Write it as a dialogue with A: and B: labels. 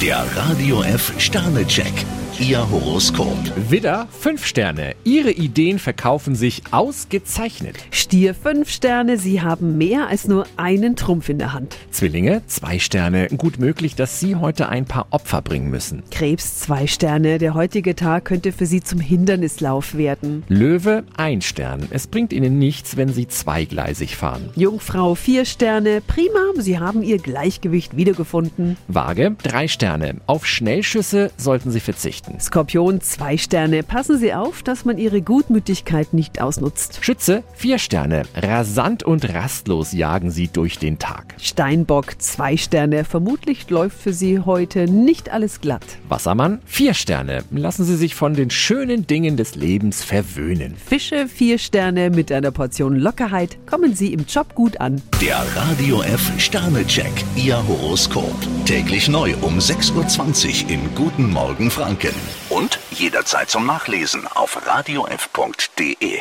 A: Der Radio F Sternecheck, Ihr Horoskop.
B: Widder, 5 Sterne. Ihre Ideen verkaufen sich ausgezeichnet.
C: Stier 5 Sterne, Sie haben mehr als nur einen Trumpf in der Hand.
B: Zwillinge, 2 Sterne. Gut möglich, dass Sie heute ein paar Opfer bringen müssen.
C: Krebs 2 Sterne, der heutige Tag könnte für Sie zum Hindernislauf werden.
B: Löwe, 1 Stern. Es bringt Ihnen nichts, wenn Sie zweigleisig fahren.
C: Jungfrau 4 Sterne, prima, Sie haben Ihr Gleichgewicht wiedergefunden.
B: Waage, 3 Sterne. Auf Schnellschüsse sollten Sie verzichten.
C: Skorpion 2 Sterne, passen Sie auf, dass man Ihre Gutmütigkeit nicht ausnutzt.
B: Schütze, 4 Sterne. Rasant und rastlos jagen Sie durch den Tag.
C: Steinbock 2 Sterne, vermutlich läuft für Sie heute nicht alles glatt.
B: Wassermann, 4 Sterne. Lassen Sie sich von den schönen Dingen des Lebens verwöhnen.
C: Fische 4 Sterne, mit einer Portion Lockerheit kommen Sie im Job gut an.
A: Der Radio F Sternecheck, Ihr Horoskop. Täglich neu um 6.20 Uhr im Guten Morgen Franken. Und jederzeit zum Nachlesen auf radiof.de.